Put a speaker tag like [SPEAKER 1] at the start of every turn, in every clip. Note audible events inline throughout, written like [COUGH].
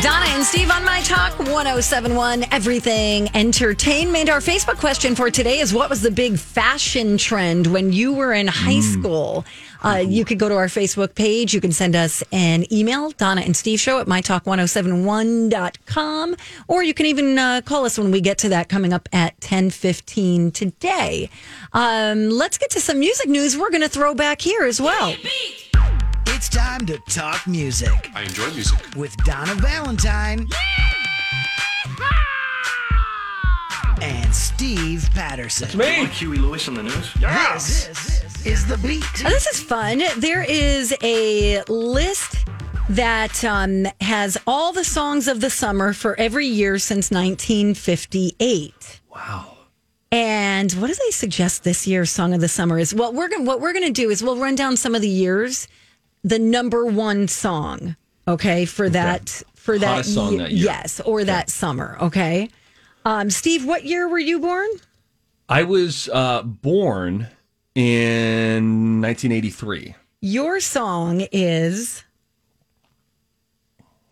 [SPEAKER 1] Donna and Steve on My Talk 1071 Everything Entertainment. Our Facebook question for today is What was the big fashion trend when you were in high school? Uh, you could go to our Facebook page. You can send us an email, Donna and Steve Show at mytalk1071.com. Or you can even uh, call us when we get to that coming up at 1015 today. Um, let's get to some music news. We're going to throw back here as well.
[SPEAKER 2] It's time to talk music
[SPEAKER 3] I enjoy music.
[SPEAKER 2] with Donna Valentine and Steve Patterson.
[SPEAKER 4] Like Huey Lewis on the news?
[SPEAKER 2] This is the beat.
[SPEAKER 1] Oh, This is fun. There is a list that um, has all the songs of the summer for every year since 1958. Wow. And what do they suggest this year's song of the summer is? What we're gonna, what we're going to do is we'll run down some of the years, the number one song, okay, for that for that,
[SPEAKER 4] Hottest song
[SPEAKER 1] ye-
[SPEAKER 4] that year.
[SPEAKER 1] yes, or that summer, okay. Um, Steve, what year were you born?
[SPEAKER 3] I was uh, born in 1983.
[SPEAKER 1] Your song is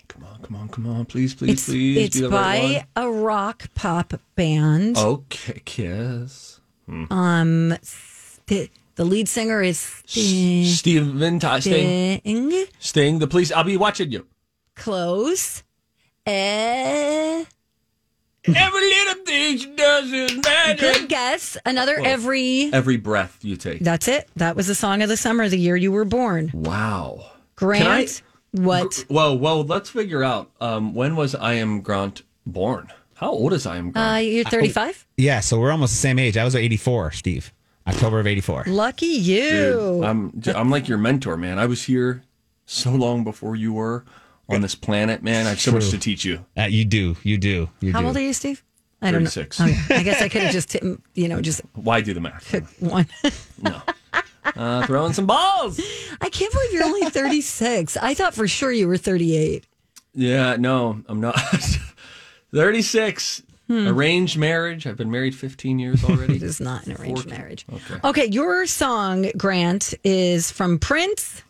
[SPEAKER 3] Come on, come on, come on! Please, please,
[SPEAKER 1] it's,
[SPEAKER 3] please.
[SPEAKER 1] it's
[SPEAKER 3] be the
[SPEAKER 1] by
[SPEAKER 3] right Oh.
[SPEAKER 1] a rock pop band. Um,
[SPEAKER 3] one. Okay, Kiss.
[SPEAKER 1] The, the lead singer is Sting.
[SPEAKER 3] Steven
[SPEAKER 1] Eh.
[SPEAKER 3] Ty- Sting. Sting. The police. I'll be watching you.
[SPEAKER 1] Close. Eh,
[SPEAKER 3] Every little thing she does is
[SPEAKER 1] good
[SPEAKER 3] magic.
[SPEAKER 1] guess. Another every.
[SPEAKER 3] Every breath you take.
[SPEAKER 1] That's it. That was the song of the summer, the year you were born.
[SPEAKER 3] Wow.
[SPEAKER 1] Grant, what?
[SPEAKER 3] Well, well, let's figure out um, when was I am Grant born. How old is I am Grant?
[SPEAKER 1] Uh, you're 35.
[SPEAKER 5] Yeah, so we're almost the same age. I was 84, Steve. October of 84.
[SPEAKER 1] Lucky you.
[SPEAKER 3] Dude, I'm j- I'm like your mentor, man. I was here so long before you were on this planet, man. I have so much to teach you.
[SPEAKER 5] Uh, you do. You do. You
[SPEAKER 1] How
[SPEAKER 5] do.
[SPEAKER 1] old are you, Steve? I don't
[SPEAKER 3] 36.
[SPEAKER 1] know. Okay. I guess I could have just, hit- you know, just
[SPEAKER 3] Why do the math?
[SPEAKER 5] [LAUGHS]
[SPEAKER 1] pick one. [LAUGHS]
[SPEAKER 3] No. Uh, throwing some balls.
[SPEAKER 1] I can't believe you're only 36. I thought for sure you were 38.
[SPEAKER 3] Yeah, no, I'm not. [LAUGHS] 36.
[SPEAKER 5] Hmm.
[SPEAKER 3] Arranged marriage. I've been married 15 years
[SPEAKER 5] [LAUGHS]
[SPEAKER 3] already.
[SPEAKER 1] It's not an arranged marriage.
[SPEAKER 3] Okay.
[SPEAKER 1] Okay, your song, Grant, is from Prince.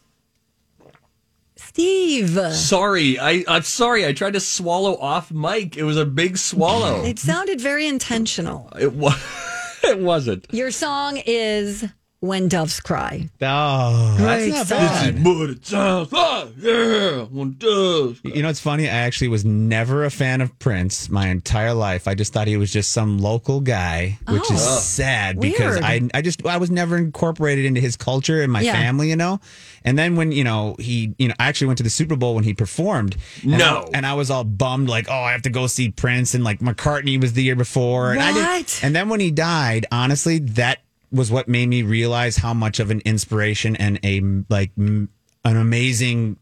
[SPEAKER 1] Steve.
[SPEAKER 5] uh,
[SPEAKER 3] Sorry, I, I'm sorry. I tried to swallow off Mike. It was a big
[SPEAKER 5] [LAUGHS]
[SPEAKER 3] swallow.
[SPEAKER 1] It sounded very intentional.
[SPEAKER 3] it was. [LAUGHS] It wasn't.
[SPEAKER 1] Your song is When Doves Cry.
[SPEAKER 5] Oh,
[SPEAKER 1] Great
[SPEAKER 5] that's not
[SPEAKER 1] song.
[SPEAKER 5] bad.
[SPEAKER 3] But it sounds like Ah, yeah, one does.
[SPEAKER 5] You know, it's funny. I actually was never a fan of Prince my entire life. I just thought he was just some local guy, which
[SPEAKER 1] Oh.
[SPEAKER 5] is sad because
[SPEAKER 1] Weird.
[SPEAKER 5] I, I just I was never incorporated into his culture and my
[SPEAKER 1] Yeah.
[SPEAKER 5] family, you know. And then when you know he, you know, I actually went to the Super Bowl when he performed. and
[SPEAKER 3] No.
[SPEAKER 5] I- and I was all bummed, like, oh, I have to go see Prince, and like McCartney was the year before. And I didn't-
[SPEAKER 1] What?
[SPEAKER 5] and then when he died, honestly, that was what made me realize how much of an inspiration and a like m- an amazing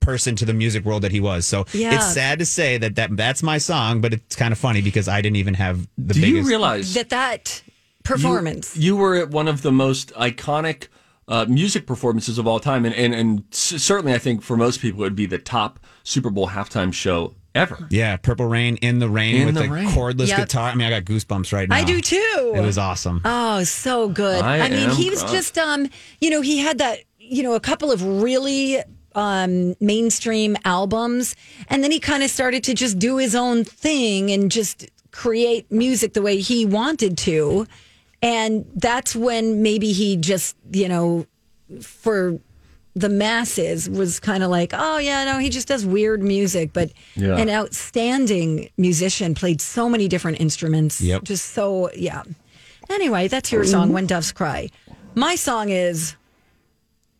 [SPEAKER 5] person to the music world that he was. So
[SPEAKER 1] Yeah.
[SPEAKER 5] it's sad to say that, that that's my song, but it's kind of funny because I didn't even have the
[SPEAKER 3] Do you
[SPEAKER 5] biggest.
[SPEAKER 3] realize
[SPEAKER 1] That that performance.
[SPEAKER 3] You, you were at one of the most iconic uh, music performances of all time, and and, and c- certainly I think for most people it would be the top Super Bowl halftime show ever.
[SPEAKER 5] yeah, Purple Rain in the rain
[SPEAKER 3] In
[SPEAKER 5] with
[SPEAKER 3] the
[SPEAKER 5] the,
[SPEAKER 3] Rain.
[SPEAKER 5] cordless
[SPEAKER 1] Yep.
[SPEAKER 5] guitar. I mean, I got goosebumps right now.
[SPEAKER 1] I do too.
[SPEAKER 5] It was awesome.
[SPEAKER 1] Oh, so good. I,
[SPEAKER 3] I
[SPEAKER 1] mean,
[SPEAKER 3] am
[SPEAKER 1] he was
[SPEAKER 3] Gronk.
[SPEAKER 1] just um, you know, he had that, you know, a couple of really um mainstream albums and then he kind of started to just do his own thing and just create music the way he wanted to. And that's when maybe he just, you know, for the masses was kind of like, oh yeah, no, he just does weird music, but
[SPEAKER 3] Yeah.
[SPEAKER 1] an outstanding musician played so many different instruments.
[SPEAKER 5] Yep.
[SPEAKER 1] Just so yeah. Anyway, that's your song when doves cry. My song is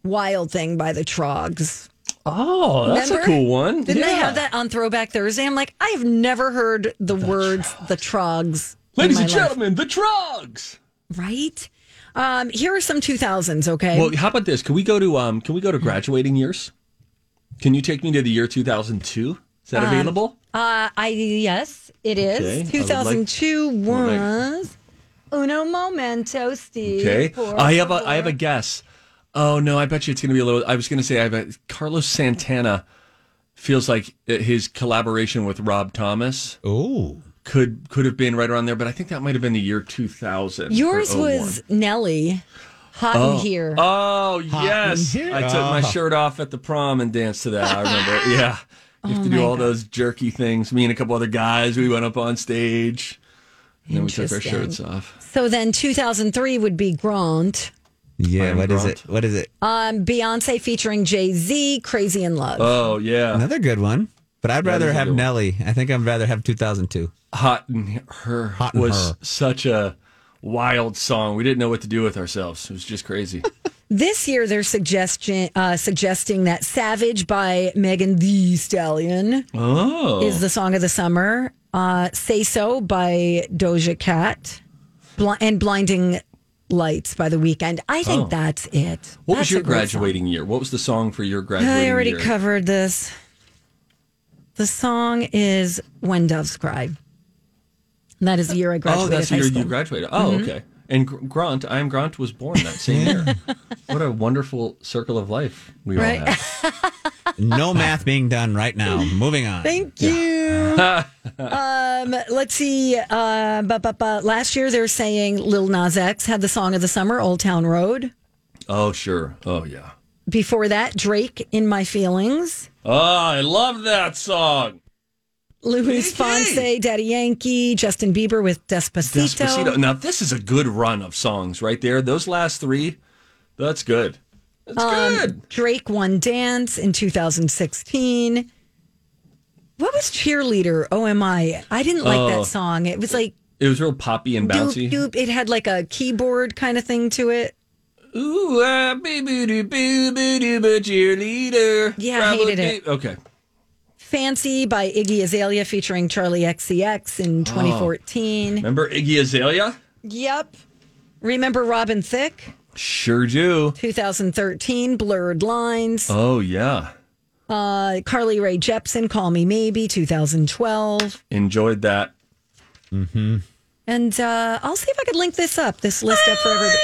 [SPEAKER 1] Wild Thing by the Trogs.
[SPEAKER 3] Oh, that's
[SPEAKER 1] Remember?
[SPEAKER 3] a cool one.
[SPEAKER 1] Didn't they
[SPEAKER 3] Yeah.
[SPEAKER 1] have that on Throwback Thursday? I'm like, I have never heard the, words the trogs. in
[SPEAKER 3] Ladies
[SPEAKER 1] my
[SPEAKER 3] and
[SPEAKER 1] life.
[SPEAKER 3] gentlemen, the Trogs.
[SPEAKER 1] right? Um, here are some 2000s. Okay,
[SPEAKER 3] Well, how about this? Can we go to um? Can we go to graduating years? Can you take me to the year 2002? Is that available?
[SPEAKER 1] uh, I yes, it is.
[SPEAKER 3] Okay, I would like-
[SPEAKER 1] 2002
[SPEAKER 3] would like-
[SPEAKER 1] was uno momento, Steve.
[SPEAKER 3] Okay.
[SPEAKER 1] Por
[SPEAKER 3] I have a I have
[SPEAKER 1] favor.
[SPEAKER 3] a guess. Oh no, I bet you it's going to be a little. I was going to say I bet Carlos Santana feels like uh, his collaboration with Rob Thomas
[SPEAKER 5] Ooh.
[SPEAKER 3] could could have been right around there, but I think that might have been the year 2000. or
[SPEAKER 1] Yours
[SPEAKER 3] 01.
[SPEAKER 1] was Nelly, hot in here.
[SPEAKER 3] Oh
[SPEAKER 5] Hot
[SPEAKER 3] yes,
[SPEAKER 5] in here.
[SPEAKER 3] I took my
[SPEAKER 5] Oh.
[SPEAKER 3] shirt off at the prom and danced to that. I
[SPEAKER 5] [LAUGHS]
[SPEAKER 3] remember. yeah, you have to
[SPEAKER 5] Oh
[SPEAKER 3] do all those jerky things. Me and a couple other guys, we went up on stage. And then we took our
[SPEAKER 1] Interesting.
[SPEAKER 3] shirts off.
[SPEAKER 1] so then 2003 would be Grant,
[SPEAKER 5] Yeah,
[SPEAKER 3] am
[SPEAKER 5] what is
[SPEAKER 3] Grant.
[SPEAKER 5] it? What is it?
[SPEAKER 1] um, Beyonce featuring Jay Z, Crazy in Love.
[SPEAKER 3] Oh yeah,
[SPEAKER 5] Another good one. But
[SPEAKER 3] is
[SPEAKER 5] I'd rather
[SPEAKER 3] a
[SPEAKER 5] have
[SPEAKER 3] good one.
[SPEAKER 5] Nelly. I think I'd rather have 2002.
[SPEAKER 3] hot and her
[SPEAKER 5] Hot in
[SPEAKER 3] was
[SPEAKER 5] Her.
[SPEAKER 3] such a wild song. We didn't know what to do with ourselves. It was just crazy.
[SPEAKER 1] This year, they're suggestion, uh, suggesting that Savage by Megan the Stallion
[SPEAKER 3] oh,
[SPEAKER 1] is the song of the summer. Uh, Say So by Doja Cat Bl- and Blinding Lights by The Weekend. I think that's it.
[SPEAKER 3] Oh. what
[SPEAKER 1] That's
[SPEAKER 3] was your
[SPEAKER 1] a great
[SPEAKER 3] graduating year? What was the song for your
[SPEAKER 1] song.
[SPEAKER 3] graduating
[SPEAKER 1] I already
[SPEAKER 3] year?
[SPEAKER 1] covered this. The song is When Doves Cry. And That is the year I
[SPEAKER 3] Oh,
[SPEAKER 1] graduated
[SPEAKER 3] that's the
[SPEAKER 1] high
[SPEAKER 3] year
[SPEAKER 1] school. Mm-hmm.
[SPEAKER 3] you graduated. Oh, okay. And Gr- Grant, I am Grant, was born that
[SPEAKER 1] [LAUGHS]
[SPEAKER 3] same year. what a wonderful circle of life we
[SPEAKER 1] Right.
[SPEAKER 3] all have.
[SPEAKER 1] [LAUGHS]
[SPEAKER 5] No math being done right now. Moving on.
[SPEAKER 1] Thank you.
[SPEAKER 3] [LAUGHS]
[SPEAKER 1] um, let's see. Uh, but, but, but last year they're saying Lil Nas X had the song of the summer, Old Town Road.
[SPEAKER 3] Oh, sure. Oh, yeah.
[SPEAKER 1] Before that, Drake, In My Feelings.
[SPEAKER 3] Oh, I love that song.
[SPEAKER 1] Luis
[SPEAKER 3] Yankee.
[SPEAKER 1] Fonse, Daddy Yankee, Justin Bieber with Despacito.
[SPEAKER 3] Despacito. Now, this is a good run of songs right there. Those last three, that's good. That's good.
[SPEAKER 1] Um, Drake won Dance in 2016. What was Cheerleader? OMI. I didn't like that song. It was like
[SPEAKER 3] It was real poppy and Oh. bouncy.
[SPEAKER 1] doop doop. It had like a keyboard kind of thing to it.
[SPEAKER 3] Ooh, ah, boo boo doo boo boo doo boo cheerleader.
[SPEAKER 1] Yeah, I
[SPEAKER 3] Bravo
[SPEAKER 1] hated it.
[SPEAKER 3] doo- Okay.
[SPEAKER 1] Fancy by Iggy Azalea featuring Charlie XCX in 2014.
[SPEAKER 3] Remember Iggy Azalea?
[SPEAKER 1] Yep. Remember Robin Thicke?
[SPEAKER 3] Sure do.
[SPEAKER 1] 2013, Blurred Lines.
[SPEAKER 3] Oh, yeah.
[SPEAKER 1] Uh, Carly Ray Jepsen, Call Me Maybe, 2012.
[SPEAKER 3] Enjoyed that.
[SPEAKER 1] And uh, I'll see if I could link this up, this list up for everybody.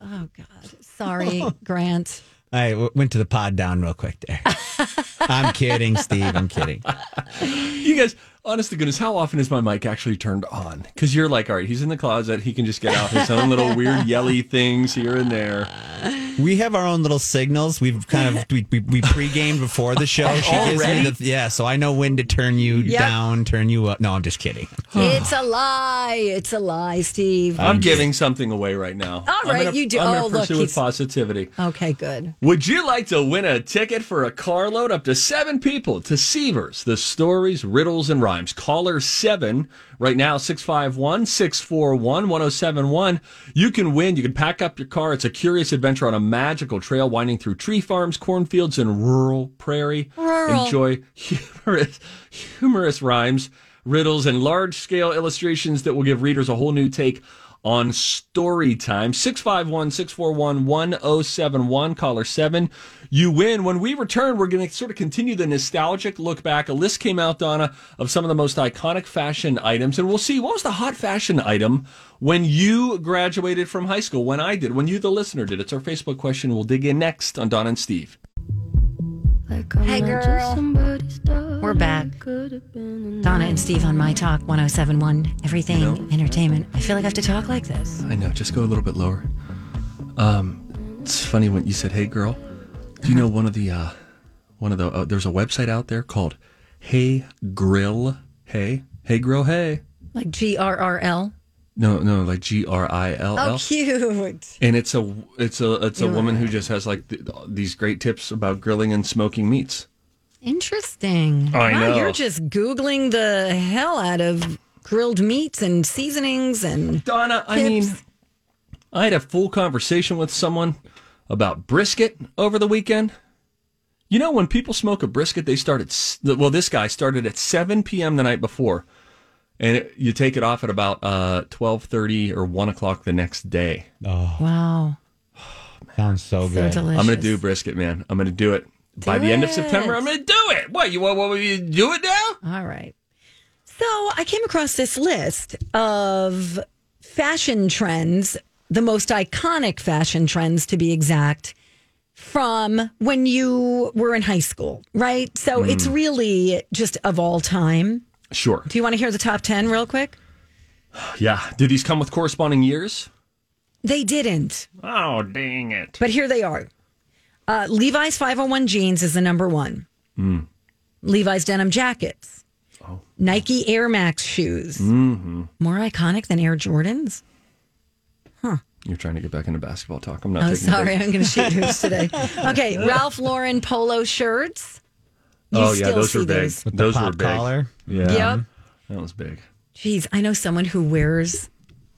[SPEAKER 1] Oh, God. Sorry, Grant.
[SPEAKER 5] I w- went to the pod down real quick
[SPEAKER 1] [LAUGHS]
[SPEAKER 5] there. I'm kidding, Steve. I'm kidding.
[SPEAKER 3] You guys, honest to goodness, how often is my mic actually turned on? Because you're like, all right, he's in the closet. He can just get out his own little weird yelly things here and there.
[SPEAKER 5] We have our own little signals. We've kind of [LAUGHS] we, we, we pre-gamed before the show. She gives me the, yeah, so I know when to turn you down, turn you up. No, I'm just kidding.
[SPEAKER 1] it's a lie. It's a lie, Steve.
[SPEAKER 3] I'm giving something away right now.
[SPEAKER 1] All
[SPEAKER 3] I'm
[SPEAKER 1] right,
[SPEAKER 3] gonna-
[SPEAKER 1] you do-
[SPEAKER 3] I'm
[SPEAKER 1] oh,
[SPEAKER 3] going to
[SPEAKER 1] look,
[SPEAKER 3] pursue
[SPEAKER 1] he's-
[SPEAKER 3] with positivity.
[SPEAKER 1] okay, good.
[SPEAKER 3] Would you like to win a ticket for a carload up to seven people to Seavers, the stories, riddles, and rhymes? Caller seven right now, 651 641 1071. You can win. You can pack up your car. It's a curious adventure on a magical trail winding through tree farms, cornfields, and rural prairie.
[SPEAKER 1] Rural.
[SPEAKER 3] Enjoy humorous, humorous rhymes, riddles, and large scale illustrations that will give readers a whole new take on story time. 651 641 1071, caller 7. You win. When we return, we're going to sort of continue the nostalgic look back. A list came out, Donna, of some of the most iconic fashion items. And we'll see what was the hot fashion item when you graduated from high school, when I did, when you, the listener, did. It's our Facebook question. We'll dig in next on Donna and Steve.
[SPEAKER 1] Hey, girl. We're back. Donna and Steve on My Talk 1071. Everything entertainment. I feel like I have to talk like this.
[SPEAKER 3] I know. Just go a little bit lower. Um, it's funny when you said, "Hey, girl." Do you know one of the uh, one of the uh, there's a website out there called Hey Grill Hey Hey Grill Hey
[SPEAKER 1] Like G R R L.
[SPEAKER 3] No, no, like G R I L
[SPEAKER 1] How
[SPEAKER 3] L.
[SPEAKER 1] Oh, cute.
[SPEAKER 3] And it's a it's a it's a woman who just has like th- these great tips about grilling and smoking meats.
[SPEAKER 1] Interesting.
[SPEAKER 3] I
[SPEAKER 1] wow,
[SPEAKER 3] know.
[SPEAKER 1] You're just Googling the hell out of grilled meats and seasonings and
[SPEAKER 3] Donna, I mean, I had a full conversation with someone about brisket over the weekend. You know, when people smoke a brisket, they start at, s- well, this guy started at 7 p.m. the night before, and it, you take it off at about uh, 12.30 or 1 o'clock the next day.
[SPEAKER 1] wow.
[SPEAKER 5] Sounds so
[SPEAKER 1] So
[SPEAKER 5] good.
[SPEAKER 1] delicious.
[SPEAKER 3] I'm going to do brisket, man. I'm going to do it. By the end of
[SPEAKER 1] it.
[SPEAKER 3] September, I'm going to do it. What, you want, what, will you do it now?
[SPEAKER 1] All right. So I came across this list of fashion trends, the most iconic fashion trends to be exact, from when you were in high school, right? So it's really just of all time.
[SPEAKER 3] Sure.
[SPEAKER 1] Do you want to hear the top 10 real quick?
[SPEAKER 3] Yeah. Do these come with corresponding years?
[SPEAKER 1] They didn't,
[SPEAKER 3] Oh, dang it.
[SPEAKER 1] but here they are. Uh, Levi's 501 jeans is the number one.
[SPEAKER 3] Hmm.
[SPEAKER 1] Levi's denim jackets.
[SPEAKER 3] Oh.
[SPEAKER 1] Nike Air Max shoes.
[SPEAKER 3] Mm-hmm.
[SPEAKER 1] More iconic than Air Jordans.
[SPEAKER 3] You're trying to get back into basketball talk. I'm not
[SPEAKER 1] Oh,
[SPEAKER 3] taking a break.
[SPEAKER 1] sorry. I'm going to shoot
[SPEAKER 3] [LAUGHS]
[SPEAKER 1] hoops today. Okay. Ralph Lauren polo shirts. You
[SPEAKER 3] oh yeah,
[SPEAKER 1] still
[SPEAKER 3] those
[SPEAKER 1] see
[SPEAKER 3] were big.
[SPEAKER 1] those.
[SPEAKER 5] With the
[SPEAKER 3] those were
[SPEAKER 5] pop
[SPEAKER 3] big.
[SPEAKER 5] collar.
[SPEAKER 3] Yeah,
[SPEAKER 1] Yep.
[SPEAKER 3] that was big.
[SPEAKER 1] Jeez, I know someone who wears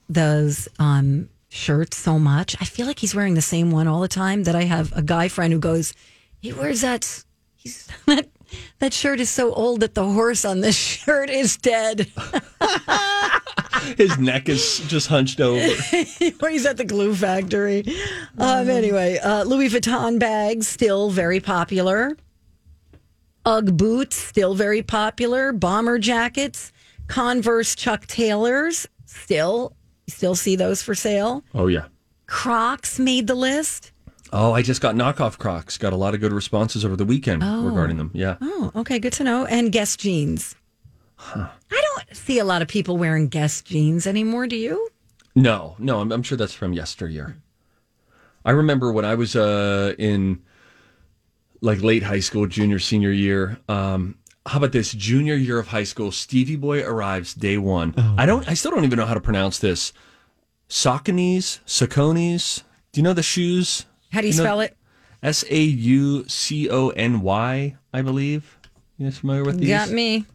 [SPEAKER 1] those um, shirts so much. I feel like he's wearing the same one all the time. That I have a guy friend who goes, he wears that. He's [LAUGHS] that. That shirt is so old that the horse on this shirt is dead. [LAUGHS]
[SPEAKER 3] His neck is just hunched over.
[SPEAKER 1] or he's at the glue factory. Um, anyway, uh, Louis Vuitton bags still very popular. UGG boots still very popular. Bomber jackets, Converse Chuck Taylors still you still see those for sale.
[SPEAKER 3] Oh yeah.
[SPEAKER 1] Crocs made the list.
[SPEAKER 3] Oh, I just got knockoff Crocs. Got a lot of good responses over the weekend regarding them. Yeah.
[SPEAKER 1] Oh, okay, good to know. And Guess jeans. I don't see a lot of people wearing Guess jeans anymore. Do you?
[SPEAKER 3] No, no, I'm, I'm sure that's from yesteryear. I remember when I was uh, in like late high school, junior, senior year. Um, how about this? Junior year of high school, Stevie Boy arrives day one. I don't, I still don't even know how to pronounce this. Sauconys, Sauconys. Do you know the shoes?
[SPEAKER 1] How do you
[SPEAKER 3] No.
[SPEAKER 1] spell it?
[SPEAKER 3] S A U C O N Y, I believe. You guys familiar with these?
[SPEAKER 1] Got me.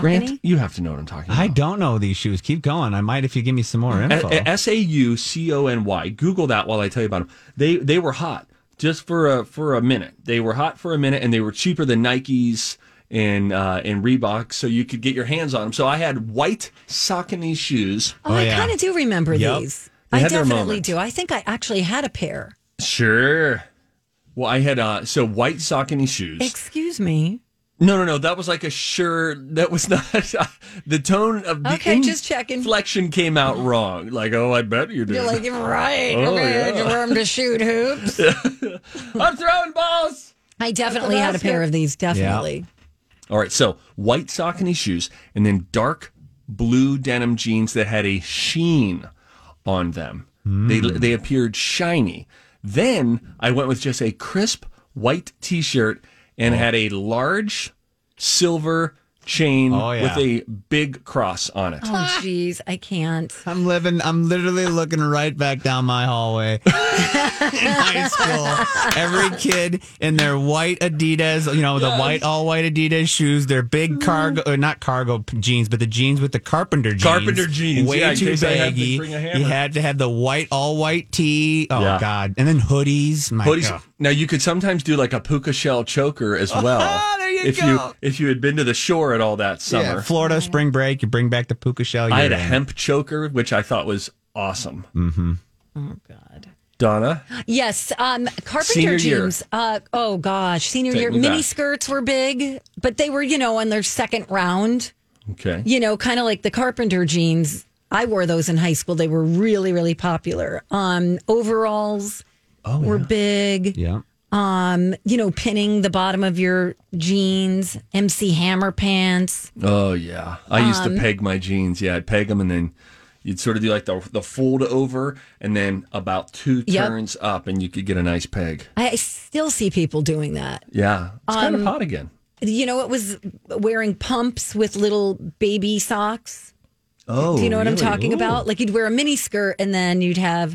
[SPEAKER 3] Grant,
[SPEAKER 1] Saucony.
[SPEAKER 3] you have to know what I'm talking
[SPEAKER 5] I
[SPEAKER 3] about.
[SPEAKER 5] don't know these shoes. Keep going. I might if you give me some more info.
[SPEAKER 3] S Mm-hmm. A U C O N Y. Google that while I tell you about them. They they were hot just for a for a minute. They were hot for a minute, and they were cheaper than Nikes and uh, and Reebok, so you could get your hands on them. So I had white Saucony shoes.
[SPEAKER 1] Oh,
[SPEAKER 5] Oh,
[SPEAKER 1] I
[SPEAKER 5] yeah.
[SPEAKER 1] kind of do remember
[SPEAKER 5] Yep.
[SPEAKER 1] these.
[SPEAKER 3] They
[SPEAKER 1] I
[SPEAKER 3] had their
[SPEAKER 1] definitely
[SPEAKER 3] moment.
[SPEAKER 1] do. I think I actually had a pair.
[SPEAKER 3] Sure. Well, I had uh, so white Saucony shoes.
[SPEAKER 1] Excuse me.
[SPEAKER 3] No, no, no. That was like a sure. That was [LAUGHS] not the tone of the
[SPEAKER 1] Okay, just checking.
[SPEAKER 3] Inflection came out wrong. Like, oh, I bet you did.
[SPEAKER 1] You're like, "You're right.
[SPEAKER 3] Oh,
[SPEAKER 1] okay,
[SPEAKER 3] yeah.
[SPEAKER 1] I had room to
[SPEAKER 3] [LAUGHS]
[SPEAKER 1] shoot hoops.
[SPEAKER 3] I'm throwing balls.
[SPEAKER 1] I definitely had a pair of these. Definitely.
[SPEAKER 3] All right, so white Saucony shoes, and then dark blue denim jeans that had a sheen on them.
[SPEAKER 5] Hmm.
[SPEAKER 3] They they appeared shiny. Then I went with just a crisp white T-shirt and had a large silver chain
[SPEAKER 5] Oh, yeah.
[SPEAKER 3] with a big cross on it.
[SPEAKER 1] Oh, jeez. I can't.
[SPEAKER 5] I'm living. I'm literally looking right back down my hallway [LAUGHS] in high school. Every kid in their white Adidas, you know, the white all white Adidas shoes, their big cargo, uh, not cargo p- jeans, but the jeans with the carpenter jeans,
[SPEAKER 3] Carpenter jeans,
[SPEAKER 5] way
[SPEAKER 3] yeah, in
[SPEAKER 5] too
[SPEAKER 3] case I had to
[SPEAKER 5] baggy.
[SPEAKER 3] bring a hammer.
[SPEAKER 5] you had to have the white all white tee. Oh
[SPEAKER 3] Yeah.
[SPEAKER 5] God, and then hoodies. My
[SPEAKER 3] Hoodies.
[SPEAKER 5] God.
[SPEAKER 3] Now you could sometimes do like a puka shell choker
[SPEAKER 5] [LAUGHS]
[SPEAKER 3] as well.
[SPEAKER 5] there you
[SPEAKER 3] if
[SPEAKER 5] go.
[SPEAKER 3] you if you had been to the shore at all that
[SPEAKER 5] Yeah,
[SPEAKER 3] summer.
[SPEAKER 5] Florida spring break. You bring back the puka shell.
[SPEAKER 3] I had
[SPEAKER 5] you're
[SPEAKER 3] a
[SPEAKER 5] in.
[SPEAKER 3] hemp choker, which I thought was awesome.
[SPEAKER 5] Mm-hmm.
[SPEAKER 1] Oh, God. [GASPS]
[SPEAKER 3] Donna,
[SPEAKER 1] Yes. Um, carpenter
[SPEAKER 3] Senior year.
[SPEAKER 1] jeans. Uh, oh, gosh. Senior
[SPEAKER 3] Take
[SPEAKER 1] year.
[SPEAKER 3] me back.
[SPEAKER 1] Mini skirts were big, but they were, you know, on their second round.
[SPEAKER 3] okay.
[SPEAKER 1] you know, kind of like the carpenter jeans. I wore those in high school. They were really, really popular. Um, overalls
[SPEAKER 3] Oh,
[SPEAKER 1] were big.
[SPEAKER 5] Yeah.
[SPEAKER 1] Um, you know, pinning the bottom of your jeans, MC Hammer pants.
[SPEAKER 3] Oh yeah, I used to peg my jeans. Yeah, I'd peg them, and then you'd sort of do like the the fold over, and then about two
[SPEAKER 1] Yep.
[SPEAKER 3] turns up, and you could get a nice peg.
[SPEAKER 1] I I still see people doing that.
[SPEAKER 3] Yeah, it's kind
[SPEAKER 1] Um,
[SPEAKER 3] of hot again.
[SPEAKER 1] You know, it was wearing pumps with little baby socks.
[SPEAKER 3] Oh,
[SPEAKER 1] Do you know what I'm
[SPEAKER 3] really?
[SPEAKER 1] talking
[SPEAKER 3] Ooh.
[SPEAKER 1] about? Like you'd wear a mini skirt and then you'd have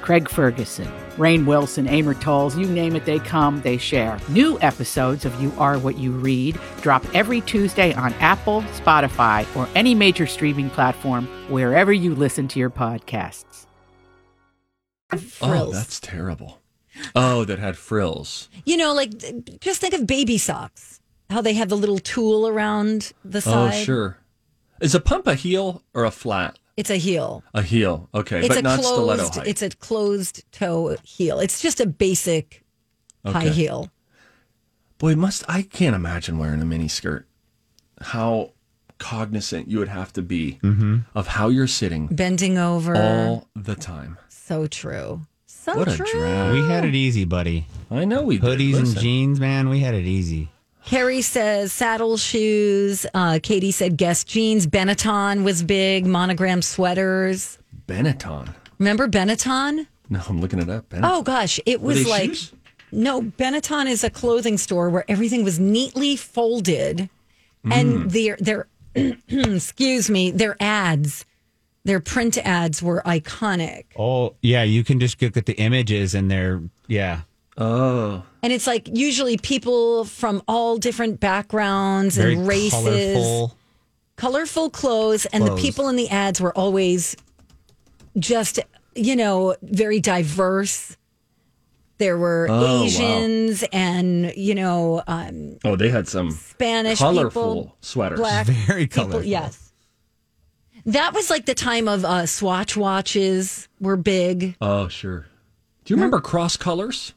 [SPEAKER 4] Craig Ferguson, Rain Wilson, Amor Tolls, you name it, they come, they share. New episodes of You Are What You Read drop every Tuesday on Apple, Spotify, or any major streaming platform wherever you listen to your podcasts.
[SPEAKER 3] Oh, that's terrible. [GASPS] Oh, that had frills.
[SPEAKER 1] You know, like just think of baby socks. How they have the little tool around the
[SPEAKER 3] Oh,
[SPEAKER 1] side.
[SPEAKER 3] sure. Is a pump a heel or a flat?
[SPEAKER 1] It's a heel.
[SPEAKER 3] A heel. Okay,
[SPEAKER 1] it's
[SPEAKER 3] but
[SPEAKER 1] a
[SPEAKER 3] not stiletto
[SPEAKER 1] closed
[SPEAKER 3] height.
[SPEAKER 1] it's a closed toe heel. It's just a basic high
[SPEAKER 3] Okay.
[SPEAKER 1] heel.
[SPEAKER 3] Boy, must I can't imagine wearing a mini skirt. How cognizant you would have to be
[SPEAKER 5] Mm-hmm.
[SPEAKER 3] of how you're sitting
[SPEAKER 1] Bending over.
[SPEAKER 3] all the time.
[SPEAKER 1] So true. So
[SPEAKER 3] Oh. What a
[SPEAKER 1] true.
[SPEAKER 3] drag.
[SPEAKER 5] We had it easy, buddy.
[SPEAKER 3] I know we did.
[SPEAKER 5] Hoodies and
[SPEAKER 3] Listen.
[SPEAKER 5] jeans, man. We had it easy.
[SPEAKER 1] Carrie says saddle shoes. Uh, Katie said guest jeans. Benetton was big. Monogram sweaters.
[SPEAKER 3] Benetton.
[SPEAKER 1] Remember Benetton?
[SPEAKER 3] No, I'm looking it up. Benetton.
[SPEAKER 1] Oh gosh, it
[SPEAKER 3] Were
[SPEAKER 1] was
[SPEAKER 3] they
[SPEAKER 1] like
[SPEAKER 3] shoes?
[SPEAKER 1] no. Benetton is a clothing store where everything was neatly folded, and their their [CLEARS THROAT] excuse me their ads, their print ads were iconic.
[SPEAKER 5] Oh, yeah. You can just look at the images and they're, yeah.
[SPEAKER 3] Oh,
[SPEAKER 1] And it's like usually people from all different backgrounds
[SPEAKER 5] Very
[SPEAKER 1] and races.
[SPEAKER 5] colorful.
[SPEAKER 1] colorful clothes, and the
[SPEAKER 5] Clothes.
[SPEAKER 1] people in the ads were always just, you know, very diverse. There were
[SPEAKER 3] Oh, wow.
[SPEAKER 1] Asians and, you know, um,
[SPEAKER 3] oh, they had some
[SPEAKER 1] Spanish
[SPEAKER 3] colorful
[SPEAKER 1] people,
[SPEAKER 3] sweaters.
[SPEAKER 1] black
[SPEAKER 5] Very
[SPEAKER 1] people.
[SPEAKER 5] colorful.
[SPEAKER 1] Yes. That was like the time of uh, swatch watches were big.
[SPEAKER 3] Oh, sure. Do you remember cross colors?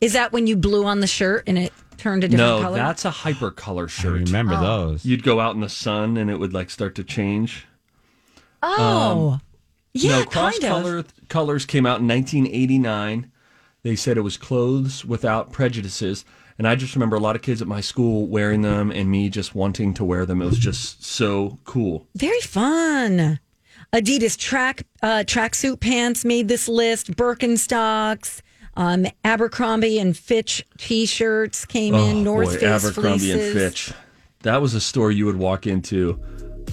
[SPEAKER 1] Is that when you blew on the shirt and it turned a different
[SPEAKER 3] no,
[SPEAKER 1] color?
[SPEAKER 3] that's a hyper color
[SPEAKER 5] I
[SPEAKER 3] shirt.
[SPEAKER 1] Oh.
[SPEAKER 5] remember those.
[SPEAKER 3] You'd go out in the sun and it would like start to change.
[SPEAKER 1] oh, yeah,
[SPEAKER 3] no, cross
[SPEAKER 1] kind of.
[SPEAKER 3] color colors came out in 1989. They said it was clothes without prejudices, and I just remember a lot of kids at my school wearing them, and me just wanting to wear them. It was just so cool.
[SPEAKER 1] Very fun. Adidas track uh, tracksuit pants made this list. Birkenstocks, um, Abercrombie and Fitch t-shirts came in. North
[SPEAKER 3] Oh, boy,
[SPEAKER 1] Face
[SPEAKER 3] Abercrombie
[SPEAKER 1] fleeces.
[SPEAKER 3] and Fitch. That was a store you would walk into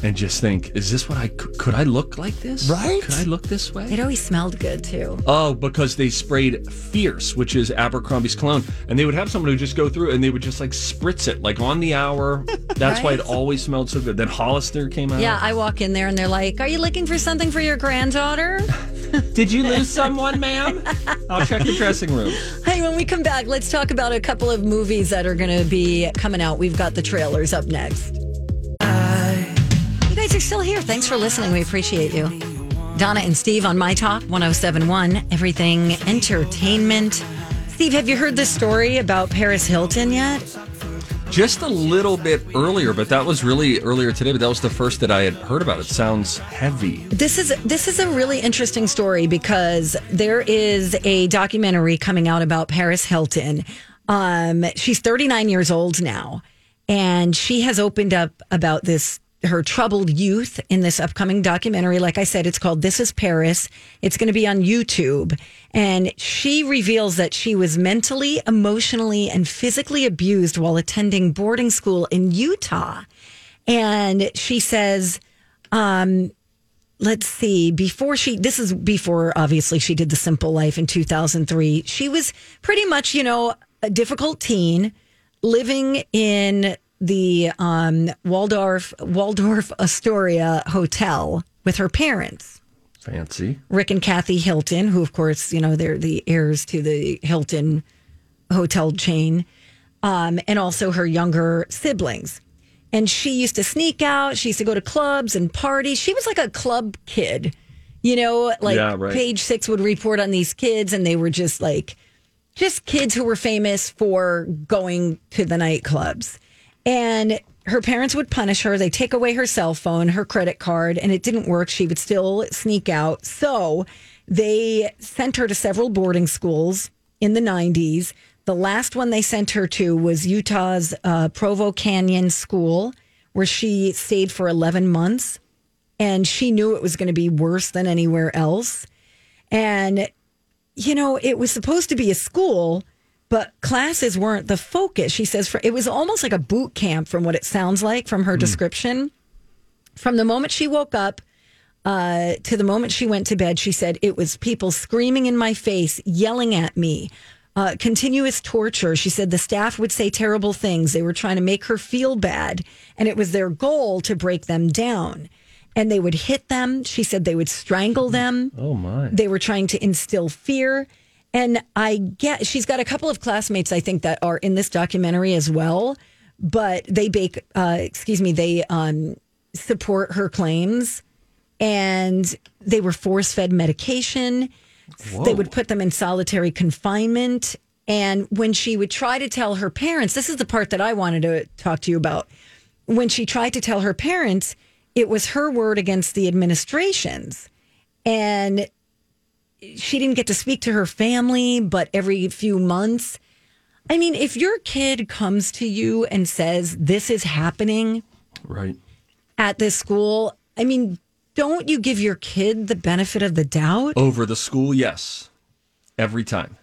[SPEAKER 3] and just think, "Is this what I could, could I look like this?
[SPEAKER 5] Right?
[SPEAKER 3] Could I look this way?"
[SPEAKER 1] It always smelled good too.
[SPEAKER 3] Oh, because they sprayed Fierce, which is Abercrombie's cologne, and they would have someone who just go through and they would just like spritz it like on
[SPEAKER 1] [LAUGHS]
[SPEAKER 3] the hour. That's why it always smelled so good. Then Hollister came out.
[SPEAKER 1] Yeah, I walk in there and they're like, "Are you looking for something for your granddaughter?"
[SPEAKER 3] Did you lose
[SPEAKER 1] [LAUGHS]
[SPEAKER 3] someone, ma'am? I'll check the dressing room.
[SPEAKER 1] hey, when we come back, let's talk about a couple of movies that are going to be coming out. We've got the trailers up next. You guys are still here. Thanks for listening. We appreciate you. Donna and Steve on My Talk 1071, Everything Entertainment. Steve, have you heard the story about Paris Hilton yet?
[SPEAKER 3] Just a little bit earlier, but that was really earlier today. But that was the first that I had heard about. It sounds heavy.
[SPEAKER 1] This is this is a really interesting story because there is a documentary coming out about Paris Hilton. Um, she's 39 years old now, and she has opened up about this her troubled youth in this upcoming documentary. Like I said, it's called "This Is Paris." It's going to be on YouTube, and she reveals that she was mentally, emotionally, and physically abused while attending boarding school in Utah. And she says let's see before she this is before obviously she did the simple life in 2003 she was pretty much you know a difficult teen living in the um, waldorf waldorf astoria hotel with her parents
[SPEAKER 3] Fancy.
[SPEAKER 1] rick and kathy hilton who of course you know they're the heirs to the hilton hotel chain um, and also her younger siblings And she used to sneak out. She used to go to clubs and parties. She was like a club kid, you know, like
[SPEAKER 3] Yeah, right.
[SPEAKER 1] page six would report on these kids and they were just like, just kids who were famous for going to the nightclubs. And her parents would punish her. They take away her cell phone, her credit card, and it didn't work. She would still sneak out. So they sent her to several boarding schools in the 90s. The last one they sent her to was Utah's uh, Provo Canyon School, where she stayed for 11 months. And she knew it was going to be worse than anywhere else. And you know, it was supposed to be a school, but classes weren't the focus. She says for, it was almost like a boot camp from what it sounds like from her description. From the moment she woke up uh, to the moment she went to bed, she said, it was people screaming in my face, yelling at me. Uh, continuous torture. She said the staff would say terrible things. They were trying to make her feel bad, and it was their goal to break them down. And they would hit them. She said they would strangle them
[SPEAKER 3] Oh my.
[SPEAKER 1] they were trying to instill fear. And I get she's got a couple of classmates I think that are in this documentary as well, but they bake uh excuse me, they um support her claims and they were force fed medication. They would put them in solitary confinement. And when she would try to tell her parents, this is the part that I wanted to talk to you about. When she tried to tell her parents, it was her word against the administration's. And she didn't get to speak to her family, but every few months. I mean, if your kid comes to you and says, This is happening,
[SPEAKER 3] Right.
[SPEAKER 1] at this school. I mean, don't you give your kid the benefit of the doubt?
[SPEAKER 3] Over the school, yes. Every time.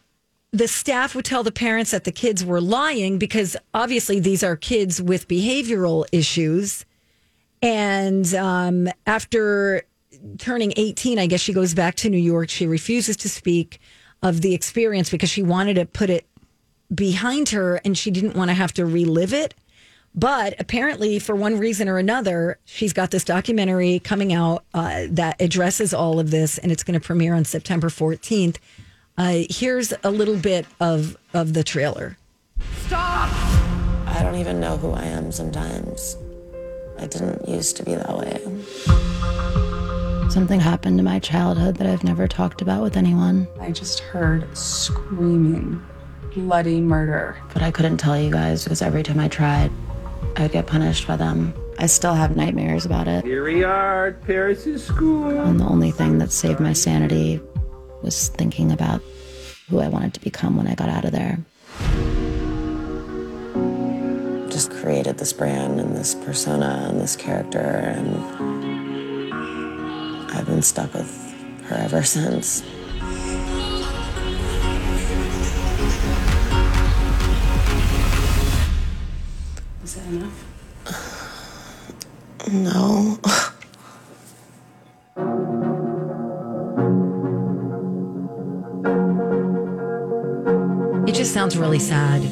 [SPEAKER 1] The staff would tell the parents that the kids were lying because obviously these are kids with behavioral issues. And um, after turning 18, I guess she goes back to New York. She refuses to speak of the experience because she wanted to put it behind her and she didn't want to have to relive it. But apparently, for one reason or another, she's got this documentary coming out uh, that addresses all of this, and it's going to premiere on September 14th. Uh, here's a little bit of, of the trailer.
[SPEAKER 6] I don't even know who I am sometimes. I didn't used to be that way. Something happened to my childhood that I've never talked about with anyone,
[SPEAKER 7] I just heard screaming, bloody murder.
[SPEAKER 6] but I couldn't tell you guys because every time I tried, I would get punished by them. I still have nightmares about it. Here we are, Paris' school. And the only thing that saved my sanity was thinking about who I wanted to become when I got out of there. just created this brand and this persona and this character and I've been stuck with her ever since.
[SPEAKER 7] Is that enough?
[SPEAKER 6] No.
[SPEAKER 1] It just sounds really sad.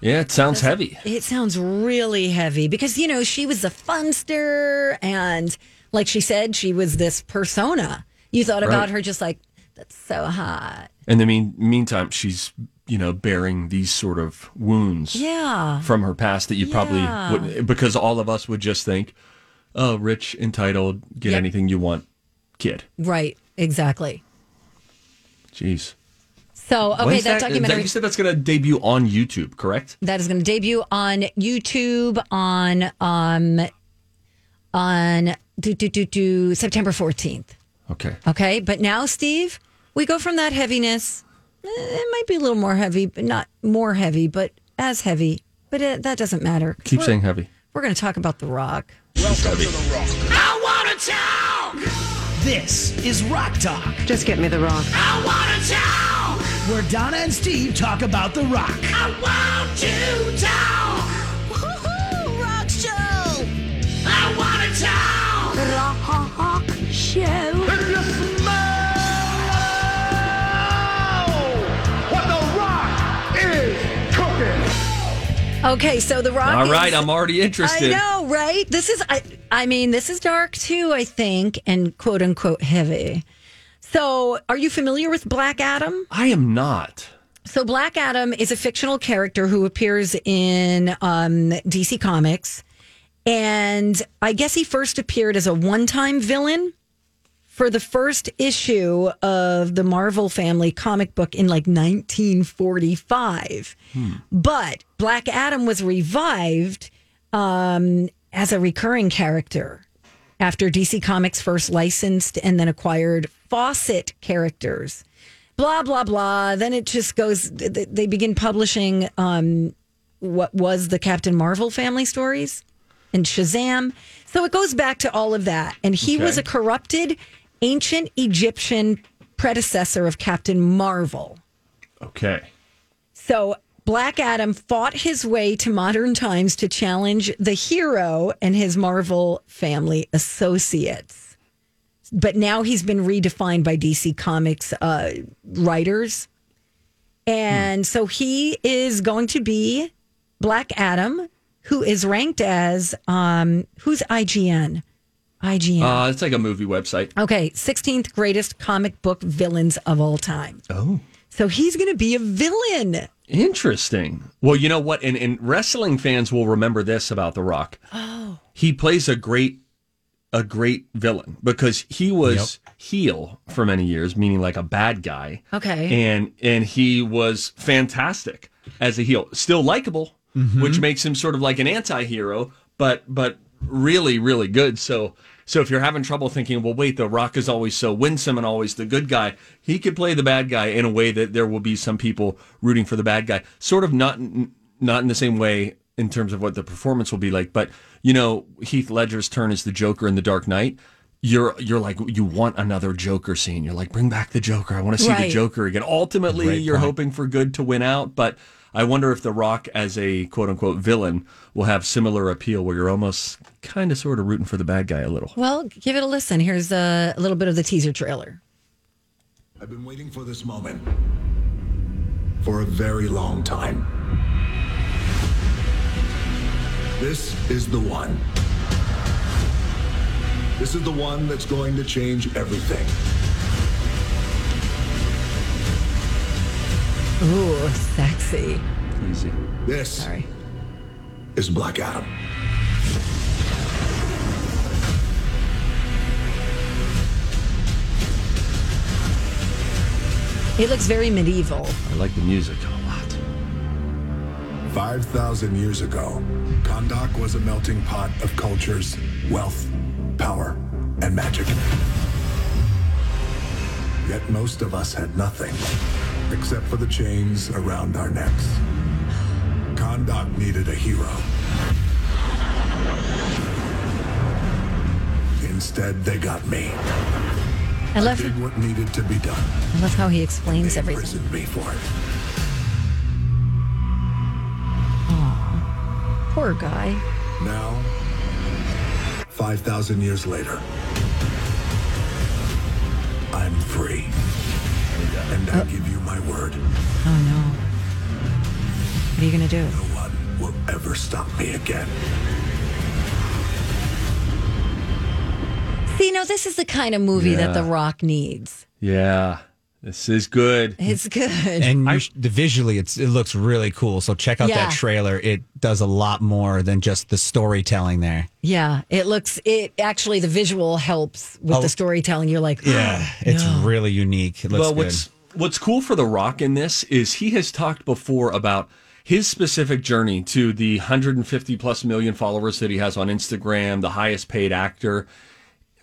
[SPEAKER 3] Yeah, it sounds heavy.
[SPEAKER 1] It sounds really heavy because, you know, she was a funster. And like she said, she was this persona. You thought about
[SPEAKER 3] Right.
[SPEAKER 1] her just like, that's so hot.
[SPEAKER 3] And the mean meantime, she's you know bearing these sort of wounds
[SPEAKER 1] Yeah.
[SPEAKER 3] from her past that you
[SPEAKER 1] Yeah.
[SPEAKER 3] probably would because all of us would just think, oh, rich, entitled, get
[SPEAKER 1] Yep.
[SPEAKER 3] anything you want, kid.
[SPEAKER 1] Right. Exactly.
[SPEAKER 3] Jeez.
[SPEAKER 1] So,
[SPEAKER 3] When's
[SPEAKER 1] okay, that, documentary.
[SPEAKER 3] You said that's going to debut on YouTube, correct?
[SPEAKER 1] that is going to debut on YouTube on um on do, do, do, do, September 14th.
[SPEAKER 3] Okay.
[SPEAKER 1] Okay, but now Steve, we go from that heaviness. eh, It might be a little more heavy, but not more heavy, but as heavy. But it, that doesn't matter.
[SPEAKER 3] Keep
[SPEAKER 1] we're,
[SPEAKER 3] saying heavy.
[SPEAKER 1] We're going to talk about The Rock.
[SPEAKER 2] I want to talk. This is Rock Talk.
[SPEAKER 8] Just get me the rock.
[SPEAKER 2] I want to talk. Where Donna and Steve talk about The Rock. I want to talk. Woohoo, Rock Show. I want to talk. Rock Show. What The Rock is cooking.
[SPEAKER 1] Okay, so The Rock.
[SPEAKER 3] All
[SPEAKER 1] is-
[SPEAKER 3] right, I'm already interested.
[SPEAKER 1] I know, right? This is, I, I mean, this is dark too, I think, and quote unquote heavy. So, are you familiar with Black Adam?
[SPEAKER 3] I am not.
[SPEAKER 1] So, Black Adam is a fictional character who appears in um, DC Comics. And I guess he first appeared as a one time villain for the first issue of the Marvel Family comic book in like 1945. But Black Adam was revived um, as a recurring character after DC Comics first licensed and then acquired Fawcett characters. Blah, blah, blah. Then it just goes, th- th- they begin publishing um, what was the Captain Marvel family stories and Shazam. So it goes back to all of that. And he was a corrupted ancient Egyptian predecessor of Captain Marvel.
[SPEAKER 3] Okay.
[SPEAKER 1] So Black Adam fought his way to modern times to challenge the hero and his Marvel family associates. But now he's been redefined by DC Comics uh, writers. And so he is going to be Black Adam, who is ranked as um, who's IGN? IGN.
[SPEAKER 3] Uh, it's like a movie website.
[SPEAKER 1] Okay, 16th greatest comic book villains of all time.
[SPEAKER 3] Oh.
[SPEAKER 1] So he's going to be a villain.
[SPEAKER 3] Interesting. Well, you know what? And, and wrestling fans will remember this about The Rock. Oh. He plays a great a great villain because he was heel for many years, meaning like a bad guy.
[SPEAKER 1] Okay.
[SPEAKER 3] And and he was fantastic as a heel. Still likable, which makes him sort of like an anti-hero, but but really, really good. So so if you're having trouble thinking, well, wait, the rock is always so winsome and always the good guy, he could play the bad guy in a way that there will be some people rooting for the bad guy. Sort of not in- not in the same way in terms of what the performance will be like, but you know, Heath Ledger's turn as the Joker in The Dark Knight. You're you're like you want another Joker scene. You're like, bring back the Joker. I want to see the
[SPEAKER 1] Right.
[SPEAKER 3] Joker again. Ultimately, you're hoping for good to win out, but I wonder if The Rock as a quote unquote villain will have similar appeal where you're almost kind of sort of rooting for the bad guy a little.
[SPEAKER 1] Well, give it a listen. Here's a little bit of the teaser trailer.
[SPEAKER 8] I've been waiting for this moment for a very long time. This is the one. This is the one that's going to change everything.
[SPEAKER 1] Ooh, sexy.
[SPEAKER 3] Easy.
[SPEAKER 8] This is Black Adam.
[SPEAKER 1] It looks very medieval.
[SPEAKER 3] I like the music a lot.
[SPEAKER 8] 5,000 years ago, Kondak was a melting pot of cultures, wealth, power, and magic. Yet most of us had nothing, except for the chains around our necks. Kondak needed a hero. Instead, they got me.
[SPEAKER 1] I love,
[SPEAKER 8] Did what needed to be done.
[SPEAKER 1] I love how he explains
[SPEAKER 8] They
[SPEAKER 1] everything.
[SPEAKER 8] imprisoned me for it.
[SPEAKER 1] Poor guy.
[SPEAKER 8] Now, 5,000 years later, I'm free. And I give you my word, no
[SPEAKER 1] Oh no. What are you gonna do?
[SPEAKER 8] one will ever stop me again.
[SPEAKER 1] See, no, this is the kind of movie that The Rock needs.
[SPEAKER 3] Yeah. This is good.
[SPEAKER 1] It's good.
[SPEAKER 5] And you sh- the visually, it's it looks really cool. So check out
[SPEAKER 1] Yeah.
[SPEAKER 5] that trailer. It does a lot more than just the storytelling there. [SIGHS]
[SPEAKER 1] yeah, it looks. It actually the visual helps with the storytelling. You're like,
[SPEAKER 5] Yeah, it's really unique. It looks
[SPEAKER 3] well,
[SPEAKER 5] good.
[SPEAKER 3] what's what's cool for The Rock in this is he has talked before about his specific journey to the 150 plus million followers that he has on Instagram, the highest paid actor.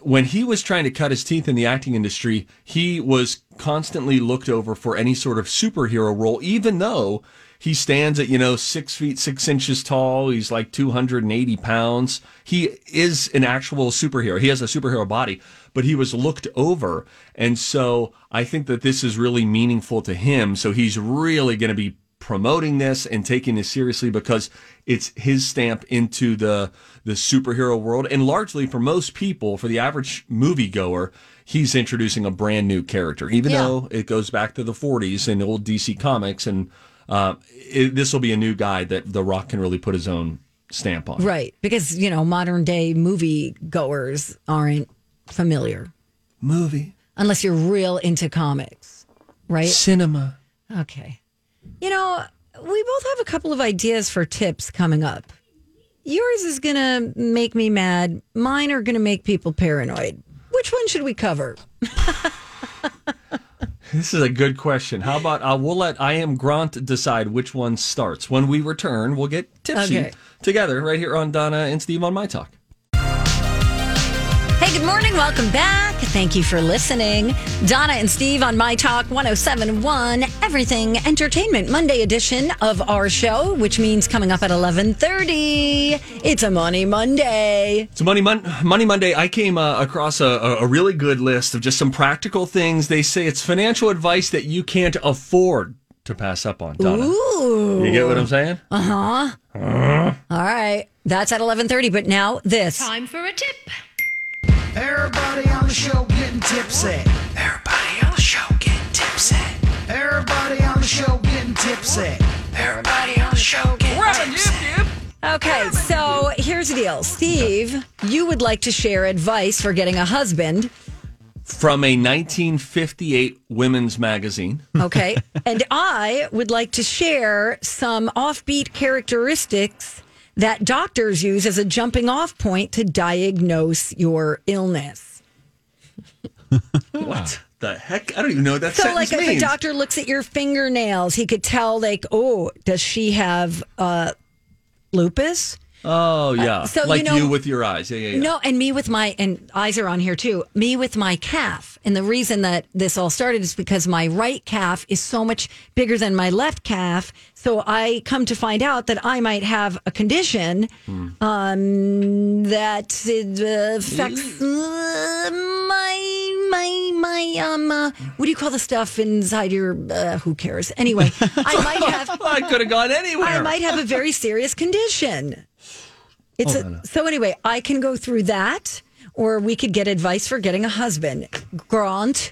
[SPEAKER 3] When he was trying to cut his teeth in the acting industry, he was constantly looked over for any sort of superhero role, even though he stands at, you know, six feet, six inches tall. He's like 280 pounds. He is an actual superhero. He has a superhero body, but he was looked over. And so I think that this is really meaningful to him. So he's really going to be promoting this and taking this seriously because it's his stamp into the the superhero world and largely for most people for the average moviegoer he's introducing a brand new character even
[SPEAKER 1] Yeah.
[SPEAKER 3] though it goes back to the 40s and old DC comics and uh, it, this will be a new guy that the rock can really put his own stamp
[SPEAKER 1] [GASPS]
[SPEAKER 3] on
[SPEAKER 1] right? Because you know, modern day movie goers aren't familiar
[SPEAKER 3] movie
[SPEAKER 1] unless you're real into comics, right?
[SPEAKER 3] cinema
[SPEAKER 1] Okay. You know, we both have a couple of ideas for tips coming up. Yours is going to make me mad. Mine are going to make people paranoid. Which one should we cover?
[SPEAKER 3] This is a good question. How about uh, we'll let I am Grant decide which one starts. When we return, we'll get tipsy
[SPEAKER 1] Okay.
[SPEAKER 3] together right here on Donna and Steve on My Talk.
[SPEAKER 1] Hey, good morning. Welcome back. Thank you for listening. Donna and Steve on My Talk 1071, Everything Entertainment Monday edition of our show, which means coming up at 11:30. It's a Money Monday.
[SPEAKER 3] So Money Mon- Money Monday, I came uh, across a, a a really good list of just some practical things. They say it's financial advice that you can't afford to pass up on. Donna,
[SPEAKER 1] Ooh.
[SPEAKER 3] you get what I'm saying?
[SPEAKER 1] All right. That's at 11:30, but now this.
[SPEAKER 2] Time for a tip. Everybody on the show getting tipsy. Everybody on the show getting tipsy. Everybody on the show getting tipsy. Everybody on the show getting tipsy.
[SPEAKER 1] Okay, so here's the deal. Steve, you would like to share advice for getting a husband,
[SPEAKER 3] From a 1958 women's magazine. [LAUGHS]
[SPEAKER 1] okay? and I would like to share some offbeat characteristics that doctors use as a jumping off point to diagnose your illness.
[SPEAKER 3] What the heck? I don't even know what that
[SPEAKER 1] So
[SPEAKER 3] sentence
[SPEAKER 1] like if a
[SPEAKER 3] means.
[SPEAKER 1] doctor looks at your fingernails, he could tell like, "Oh, does she have uh lupus?"
[SPEAKER 3] oh yeah,
[SPEAKER 1] Uh, so, you
[SPEAKER 3] like you,
[SPEAKER 1] know-
[SPEAKER 3] with your eyes. Yeah, yeah, yeah.
[SPEAKER 1] No, and me with my and eyes are on here too. Me with my calf, and the reason that this all started is because my right calf is so much bigger than my left calf. So I come to find out that I might have a condition
[SPEAKER 3] Hmm.
[SPEAKER 1] um, that uh, affects uh, my my my um. Uh, what do you call the stuff inside your? Uh, who cares? Anyway, I might
[SPEAKER 3] [LAUGHS]
[SPEAKER 1] have
[SPEAKER 3] I could have gone anywhere.
[SPEAKER 1] I might have a very serious condition. It's a, so anyway, I can go through that, or we could get advice for getting a husband. Grant,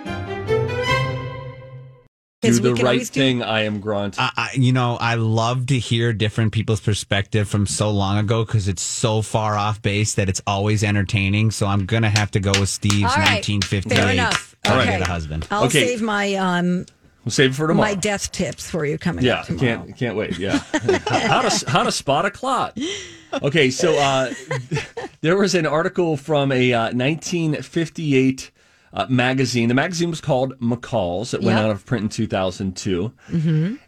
[SPEAKER 3] do the
[SPEAKER 1] we can
[SPEAKER 3] right
[SPEAKER 1] always do- Ah.
[SPEAKER 3] thing. I am Grant.
[SPEAKER 5] I, I, you know, I love to hear different people's perspective from so long ago because it's so far off base that it's always entertaining. So I'm gonna have to go with Steve's
[SPEAKER 1] All right.
[SPEAKER 5] 1958.
[SPEAKER 1] Fair enough.
[SPEAKER 5] All right,
[SPEAKER 1] Okay.
[SPEAKER 5] get a husband.
[SPEAKER 1] I'll
[SPEAKER 3] Okay.
[SPEAKER 1] save my um
[SPEAKER 3] we'll save it for tomorrow.
[SPEAKER 1] my death tips for you coming
[SPEAKER 3] Yeah,
[SPEAKER 1] up tomorrow.
[SPEAKER 3] can't can't wait. Yeah,
[SPEAKER 1] [LAUGHS]
[SPEAKER 3] how to how to spot a clot. Okay, so uh, [LAUGHS] there was an article from a uh, 1958 uh, magazine. The magazine was called McCall's. It went
[SPEAKER 1] Yeah. Mm-hmm.
[SPEAKER 3] out of print in 2002,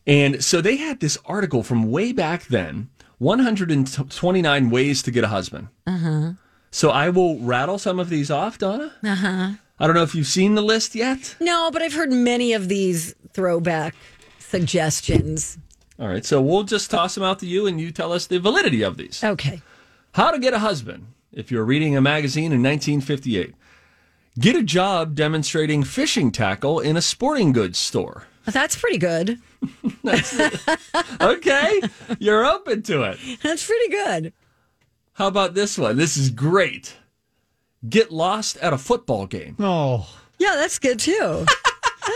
[SPEAKER 3] and so they had this article from way back then. 129 ways to get a husband.
[SPEAKER 1] Uh-huh.
[SPEAKER 3] So I will rattle some of these off, Donna. Uh-huh. I don't know if you've seen the list yet.
[SPEAKER 1] No, but I've heard many of these throwback suggestions.
[SPEAKER 3] All right, so we'll just toss them out to you, and you tell us the validity of these.
[SPEAKER 1] Okay.
[SPEAKER 3] How to Get a Husband, if you're reading a magazine in 1958. Get a job demonstrating fishing tackle in a sporting goods store.
[SPEAKER 1] That's pretty good. [LAUGHS]
[SPEAKER 3] Okay, you're open to it.
[SPEAKER 1] That's pretty good.
[SPEAKER 3] How about this one? This is great. Get lost at a football
[SPEAKER 1] [LAUGHS]
[SPEAKER 3] game.
[SPEAKER 5] Oh.
[SPEAKER 1] Yeah, that's good
[SPEAKER 3] [LAUGHS]
[SPEAKER 1] too.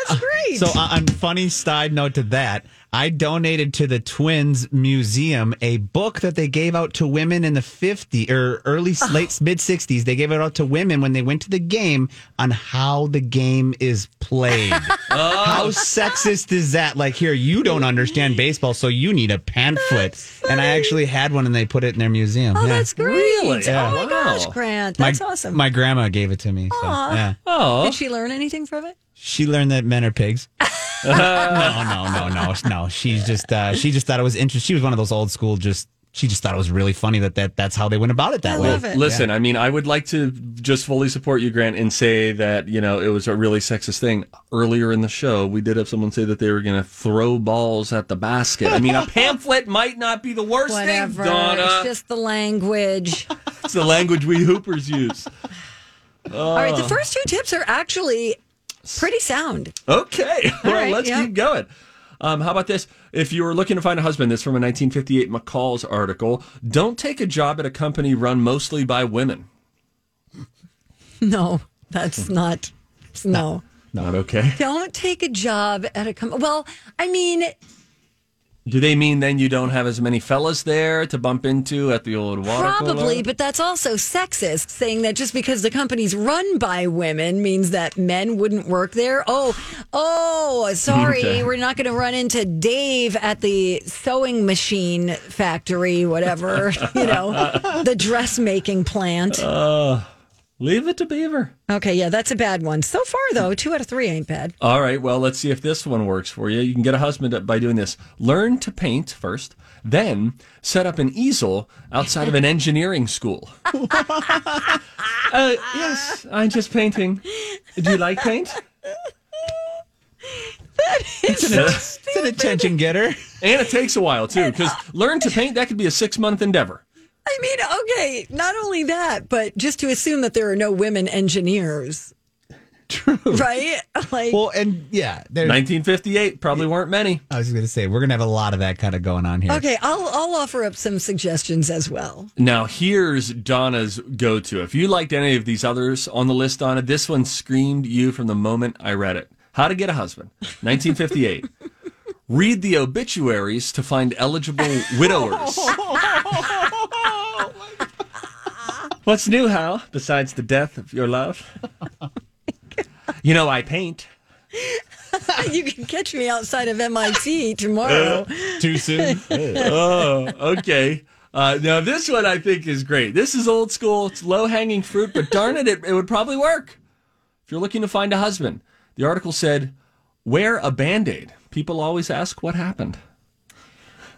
[SPEAKER 1] That's great.
[SPEAKER 5] So on on funny side note to that, I donated to the Twins Museum a book that they gave out to women in the 50 or early
[SPEAKER 1] [LAUGHS]
[SPEAKER 5] late mid 60s. They gave it out to women when they went to the game on how the game is played.
[SPEAKER 1] Oh.
[SPEAKER 5] How sexist is that? Like here, you don't understand baseball, so you need a pamphlet. And I actually had one and they put it in their museum.
[SPEAKER 1] oh,
[SPEAKER 5] Yeah.
[SPEAKER 1] that's great.
[SPEAKER 3] Really?
[SPEAKER 1] Oh my
[SPEAKER 3] Yeah.
[SPEAKER 1] gosh,
[SPEAKER 3] Wow.
[SPEAKER 1] Grant.
[SPEAKER 5] my,
[SPEAKER 1] That's awesome.
[SPEAKER 5] My grandma gave it to me. So,
[SPEAKER 1] Aw.
[SPEAKER 5] yeah.
[SPEAKER 3] Oh,
[SPEAKER 1] Did she learn anything from it?
[SPEAKER 5] She learned that men
[SPEAKER 1] [LAUGHS]
[SPEAKER 5] are pigs. no, no, no, no, no. She's just uh, she just thought it was interesting. She was one of those old school. Just she just thought it was really funny that, that that's how they went about it that
[SPEAKER 1] I
[SPEAKER 5] way.
[SPEAKER 1] love it.
[SPEAKER 3] listen, I mean, I would like to just fully support you, Grant, and say that, you know, it was a really sexist thing. Earlier in the show, we did have someone say that they were going to throw balls at the basket. I
[SPEAKER 1] [LAUGHS]
[SPEAKER 3] mean, a pamphlet might not be the worst
[SPEAKER 1] Whatever.
[SPEAKER 3] thing, Donna.
[SPEAKER 1] It's just the language.
[SPEAKER 3] It's the language we hoopers use.
[SPEAKER 1] All right, the first two tips are actually pretty sound. [LAUGHS]
[SPEAKER 3] Okay. Well,
[SPEAKER 1] right,
[SPEAKER 3] let's
[SPEAKER 1] yeah.
[SPEAKER 3] keep going. Um, how about this? If you were looking to find a husband, this from a 1958 McCall's article. Don't take a job at a company run mostly by women.
[SPEAKER 1] No, that's not. No.
[SPEAKER 3] Not okay.
[SPEAKER 1] Don't take a job at a company. Well, I mean,
[SPEAKER 3] Do they mean then you don't have as many fellas there to bump into at the old water cooler?
[SPEAKER 1] probably, but that's also sexist saying that just because the company's run by women means that men wouldn't work there. Oh, oh, sorry.
[SPEAKER 3] Okay.
[SPEAKER 1] We're not going to run into Dave at the sewing machine factory, whatever, [LAUGHS] you know, the dressmaking plant.
[SPEAKER 3] Uh, leave it to Beaver.
[SPEAKER 1] Okay, yeah, that's a bad one. So far, though, two out of three ain't bad. [LAUGHS]
[SPEAKER 3] All right, well, let's see if this one works for you. You can get a husband by doing this. Learn to paint first, then set up an easel outside of an engineering school. [LAUGHS] uh, yes, I'm just painting. Do you like paint?
[SPEAKER 5] It's an, it's an
[SPEAKER 1] [LAUGHS]
[SPEAKER 5] attention getter.
[SPEAKER 3] And it takes a while, too, because learn to paint, that could be a six month endeavor.
[SPEAKER 1] I mean, okay, not only that, but just to assume that there are no women engineers. True. Right? [LAUGHS] Like,
[SPEAKER 5] Well, and yeah, there's,
[SPEAKER 3] 1958, probably weren't many.
[SPEAKER 5] I was going to say we're going to have a lot of that kind of going on here.
[SPEAKER 1] okay, I'll I'll offer up some suggestions as [LAUGHS] well.
[SPEAKER 3] Now, here's Donna's go to. If you liked any of these others on the list, Donna, this one screamed you from the moment I read it. How to Get a Husband, 1958. [LAUGHS] read the obituaries to find eligible widowers. What's new, Hal, besides the death of your love? you know, I paint.
[SPEAKER 1] you can catch me outside of MIT tomorrow.
[SPEAKER 5] Too soon.
[SPEAKER 3] oh, okay. Uh, now, this one I think is great. This is old school. It's low hanging fruit, but darn it, it, it would probably work. If you're looking to find a husband, the article said, wear a band aid. People always ask what happened.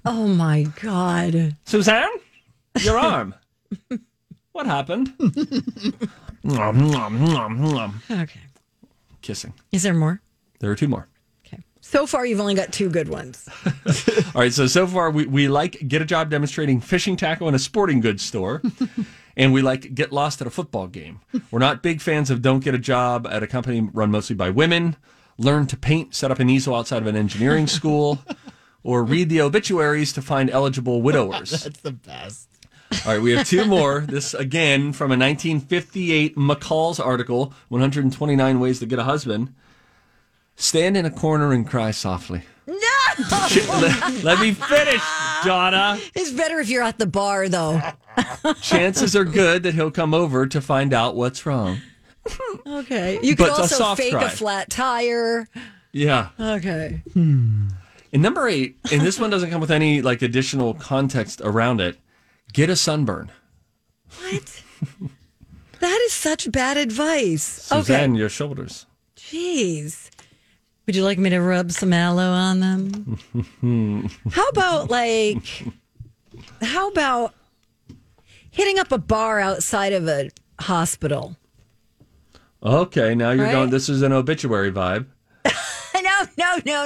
[SPEAKER 1] Oh my god.
[SPEAKER 3] Suzanne, your arm. what happened? Nom, nom, nom, nom.
[SPEAKER 1] Okay.
[SPEAKER 3] Kissing.
[SPEAKER 1] Is there more?
[SPEAKER 3] There are two more.
[SPEAKER 1] So far you've only got two good ones.
[SPEAKER 3] All right, so so far we, we like get a job demonstrating fishing tackle in a sporting goods store, and we like get lost at a football game. We're not big fans of don't get a job at a company run mostly by women, learn to paint, set up an easel outside of an engineering school, or read the obituaries to find eligible widowers.
[SPEAKER 5] That's the best.
[SPEAKER 3] All right, we have two more. This again from a 1958 McCall's article, 129 Ways to Get a Husband. Stand in a corner and cry softly. let, let me finish, Donna.
[SPEAKER 1] [LAUGHS] It's better if you're at the bar though.
[SPEAKER 3] Chances are good that he'll come over to find out what's wrong.
[SPEAKER 1] Okay. You could
[SPEAKER 3] But a
[SPEAKER 1] also
[SPEAKER 3] soft
[SPEAKER 1] fake
[SPEAKER 3] cry.
[SPEAKER 1] a flat tire.
[SPEAKER 3] Yeah.
[SPEAKER 1] Okay.
[SPEAKER 3] And number eight, and this one doesn't come with any like additional context around it. Get a sunburn.
[SPEAKER 1] What? that is such bad advice. Okay.
[SPEAKER 3] Suzanne, your shoulders.
[SPEAKER 1] Jeez. Would you like me to rub some aloe on them? how about like how about hitting up a bar outside of a hospital? [LAUGHS]
[SPEAKER 3] Okay, now you're
[SPEAKER 1] Right?
[SPEAKER 3] going. This is an obituary vibe.
[SPEAKER 1] No, no, no,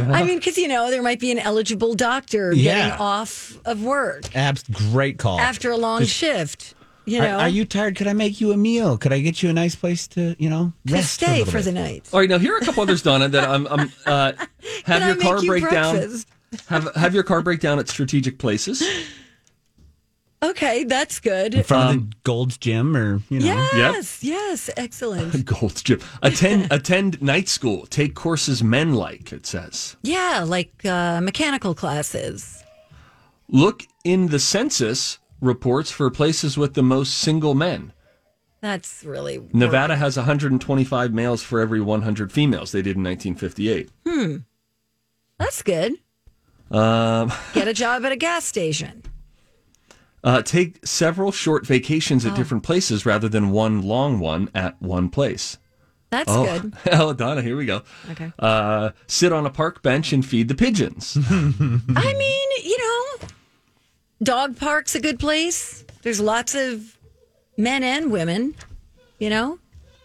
[SPEAKER 1] no. I mean, because you know there might be an eligible doctor getting
[SPEAKER 5] Yeah.
[SPEAKER 1] off of work
[SPEAKER 5] Abs, great call.
[SPEAKER 1] after a long shift. You
[SPEAKER 5] Are-
[SPEAKER 1] know,
[SPEAKER 5] are, you tired? Could I make you a meal? Could I get you a nice place to, you know,
[SPEAKER 1] to
[SPEAKER 5] rest a
[SPEAKER 1] stay
[SPEAKER 5] little
[SPEAKER 1] for
[SPEAKER 5] bit?
[SPEAKER 1] the night.
[SPEAKER 3] All right, now here are a couple others, Donna, that I'm, I'm
[SPEAKER 1] [LAUGHS]
[SPEAKER 3] uh, Oh, have
[SPEAKER 1] Can I
[SPEAKER 3] your car
[SPEAKER 1] make you
[SPEAKER 3] break
[SPEAKER 1] breakfast? [LAUGHS]
[SPEAKER 3] down. Have have your car break down at strategic [LAUGHS] places.
[SPEAKER 1] Okay, that's
[SPEAKER 5] in
[SPEAKER 1] good.
[SPEAKER 5] front of the Gold's Gym or you know.
[SPEAKER 1] Yes, yes, excellent.
[SPEAKER 3] Gold's Gym. [LAUGHS] Attend attend night school. Take courses men like. It says.
[SPEAKER 1] Yeah, like uh, mechanical classes.
[SPEAKER 3] Look in the census reports for places with the most single men.
[SPEAKER 1] That's really work.
[SPEAKER 3] Nevada has 125 males for every 100 females. They did in 1958.
[SPEAKER 1] That's good.
[SPEAKER 3] Um, [LAUGHS]
[SPEAKER 1] Get a job at a gas station.
[SPEAKER 3] uh, take several short vacations at
[SPEAKER 1] Oh.
[SPEAKER 3] different places rather than one long one at one place.
[SPEAKER 1] That's
[SPEAKER 3] oh, [LAUGHS]
[SPEAKER 1] good.
[SPEAKER 3] oh, Donna, here we go.
[SPEAKER 1] Okay.
[SPEAKER 3] Uh, sit on a park bench and feed
[SPEAKER 1] [LAUGHS]
[SPEAKER 3] the pigeons.
[SPEAKER 1] I mean, you know, dog park's a good place. There's lots of men and women, you know?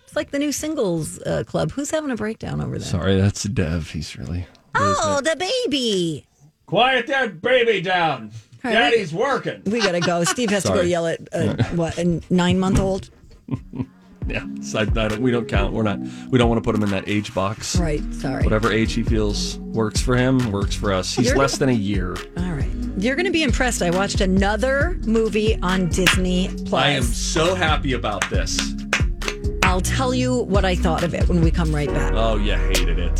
[SPEAKER 1] It's like the new singles uh, club. Who's having a breakdown over there?
[SPEAKER 3] Sorry, that's Dev. He's really.
[SPEAKER 1] Oh, the baby.
[SPEAKER 3] Quiet that baby down.
[SPEAKER 1] All right,
[SPEAKER 3] working.
[SPEAKER 1] We got to go. Steve has to go
[SPEAKER 3] Sorry.
[SPEAKER 1] yell at uh, what, a nine month old?
[SPEAKER 3] Yeah, so I, I don't, we don't count. We're not. We don't want to put him in that age box.
[SPEAKER 1] Right. Sorry.
[SPEAKER 3] Whatever age he feels works for him works for us. He's
[SPEAKER 1] You're-
[SPEAKER 3] less than a year.
[SPEAKER 1] All right. You're going to be impressed. I watched another movie on Disney Plus.
[SPEAKER 3] I am so happy about this.
[SPEAKER 1] I'll tell you what I thought of it when we come right back.
[SPEAKER 3] Oh, you hated it.